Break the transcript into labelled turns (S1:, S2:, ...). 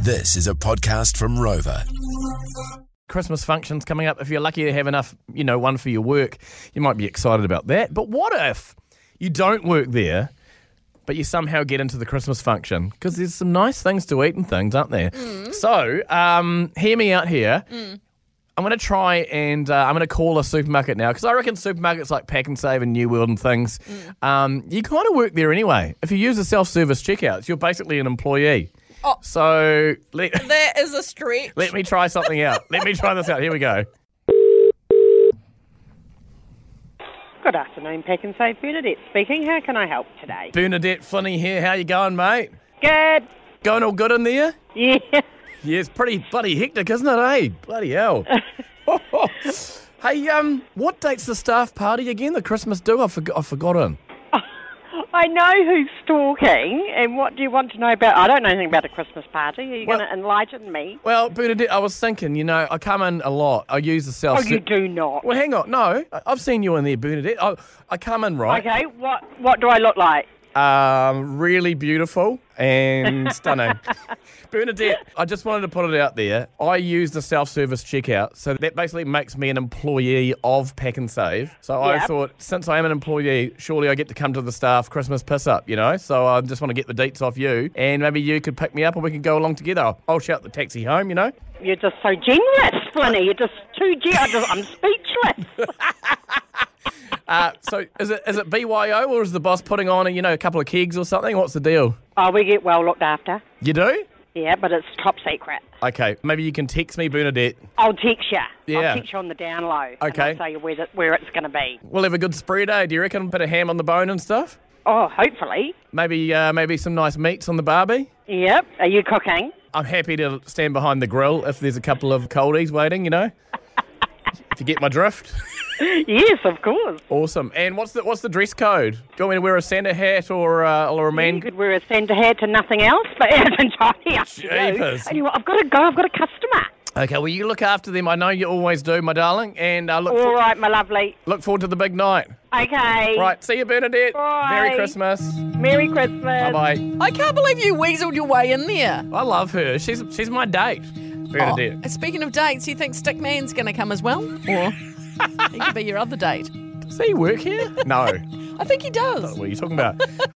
S1: This is a podcast from Rover.
S2: Christmas functions coming up. If you're lucky to have enough, you know, one for your work, you might be excited about that. But what if you don't work there, but you somehow get into the Christmas function? Because there's some nice things to eat and things, aren't there? So, um, hear me out here. I'm going to try and uh, I'm going to call a supermarket now because I reckon supermarkets like Pack and Save and New World and things, um, you kind of work there anyway. If you use the self service checkouts, you're basically an employee.
S3: Oh.
S2: So, let,
S3: That is a stretch.
S2: Let me try something out. Let me try this out. Here we go.
S4: Good afternoon, Pack and Save. Bernadette speaking. How can I help today?
S2: Bernadette Flinney here. How you going, mate?
S4: Good.
S2: Going all good in there?
S4: Yeah.
S2: Yeah, it's pretty bloody hectic, isn't it, eh? Bloody hell. hey, um, what date's the staff party again? The Christmas do? I've, forg- I've forgotten.
S4: I know who's stalking, and what do you want to know about? I don't know anything about a Christmas party. Are you
S2: Well-
S4: going to enlighten me?
S2: Well, Bernadette, I was thinking, you know, I come in a lot. I use the self
S4: Oh, you do not.
S2: Well, hang on. No, I- I've seen you in there, Bernadette. I, I come in, right?
S4: Okay, what what do I look like?
S2: Um, really beautiful and stunning. Bernadette, I just wanted to put it out there. I use the self service checkout, so that basically makes me an employee of Pack and Save. So I
S4: Yep.
S2: thought, since I am an employee, surely I get to come to the staff Christmas piss up, you know? So I just want to get the deets off you, and maybe you could pick me up and we can go along together. I'll, I'll shout the taxi home, you know?
S4: You're just so generous, Flinny. You're just too generous. I'm speechless.
S2: Uh, so is it is it BYO or is the boss putting on, a, you know, a couple of kegs or something? What's the deal?
S4: Oh, we get well looked after.
S2: You do?
S4: Yeah, but it's top secret.
S2: Okay, maybe you can text me, Bernadette.
S4: I'll text you.
S2: Yeah.
S4: I'll text you on the down low.
S2: Okay.
S4: And I'll tell you where, the, where it's going to be.
S2: We'll have a good spread, eh? Do you reckon? bit of ham on the bone and stuff?
S4: Oh, hopefully.
S2: Maybe uh, maybe some nice meats on the barbie?
S4: Yep. Are you cooking?
S2: I'm happy to stand behind the grill if there's a couple of coldies waiting, you know? if you get my drift.
S4: Yes, of course.
S2: Awesome. And what's the what's the dress code? Do you want me to wear a Santa hat or, uh, or a
S4: You
S2: man?
S4: could wear a Santa hat and nothing else, but it's entirely up to you.
S2: Jeepers.
S4: Anyway, I've got to go. I've got a customer.
S2: Okay, well, you look after them. I know you always do, my darling. And uh, look,
S4: All
S2: for-
S4: right, my lovely.
S2: look forward to the big night.
S4: Okay.
S2: Right, see you, Bernadette. Merry
S4: Bye.
S2: Christmas.
S4: Merry
S2: Bye
S4: Christmas.
S2: bye.
S3: I can't believe you weaseled your way in there.
S2: I love her. She's, she's my date,
S3: Oh,
S2: Bernadette.
S3: and speaking of dates, you think Stickman's going to come as well? Or he could be your other date?
S2: Does he work here? No.
S3: I think he does.
S2: What are you talking about?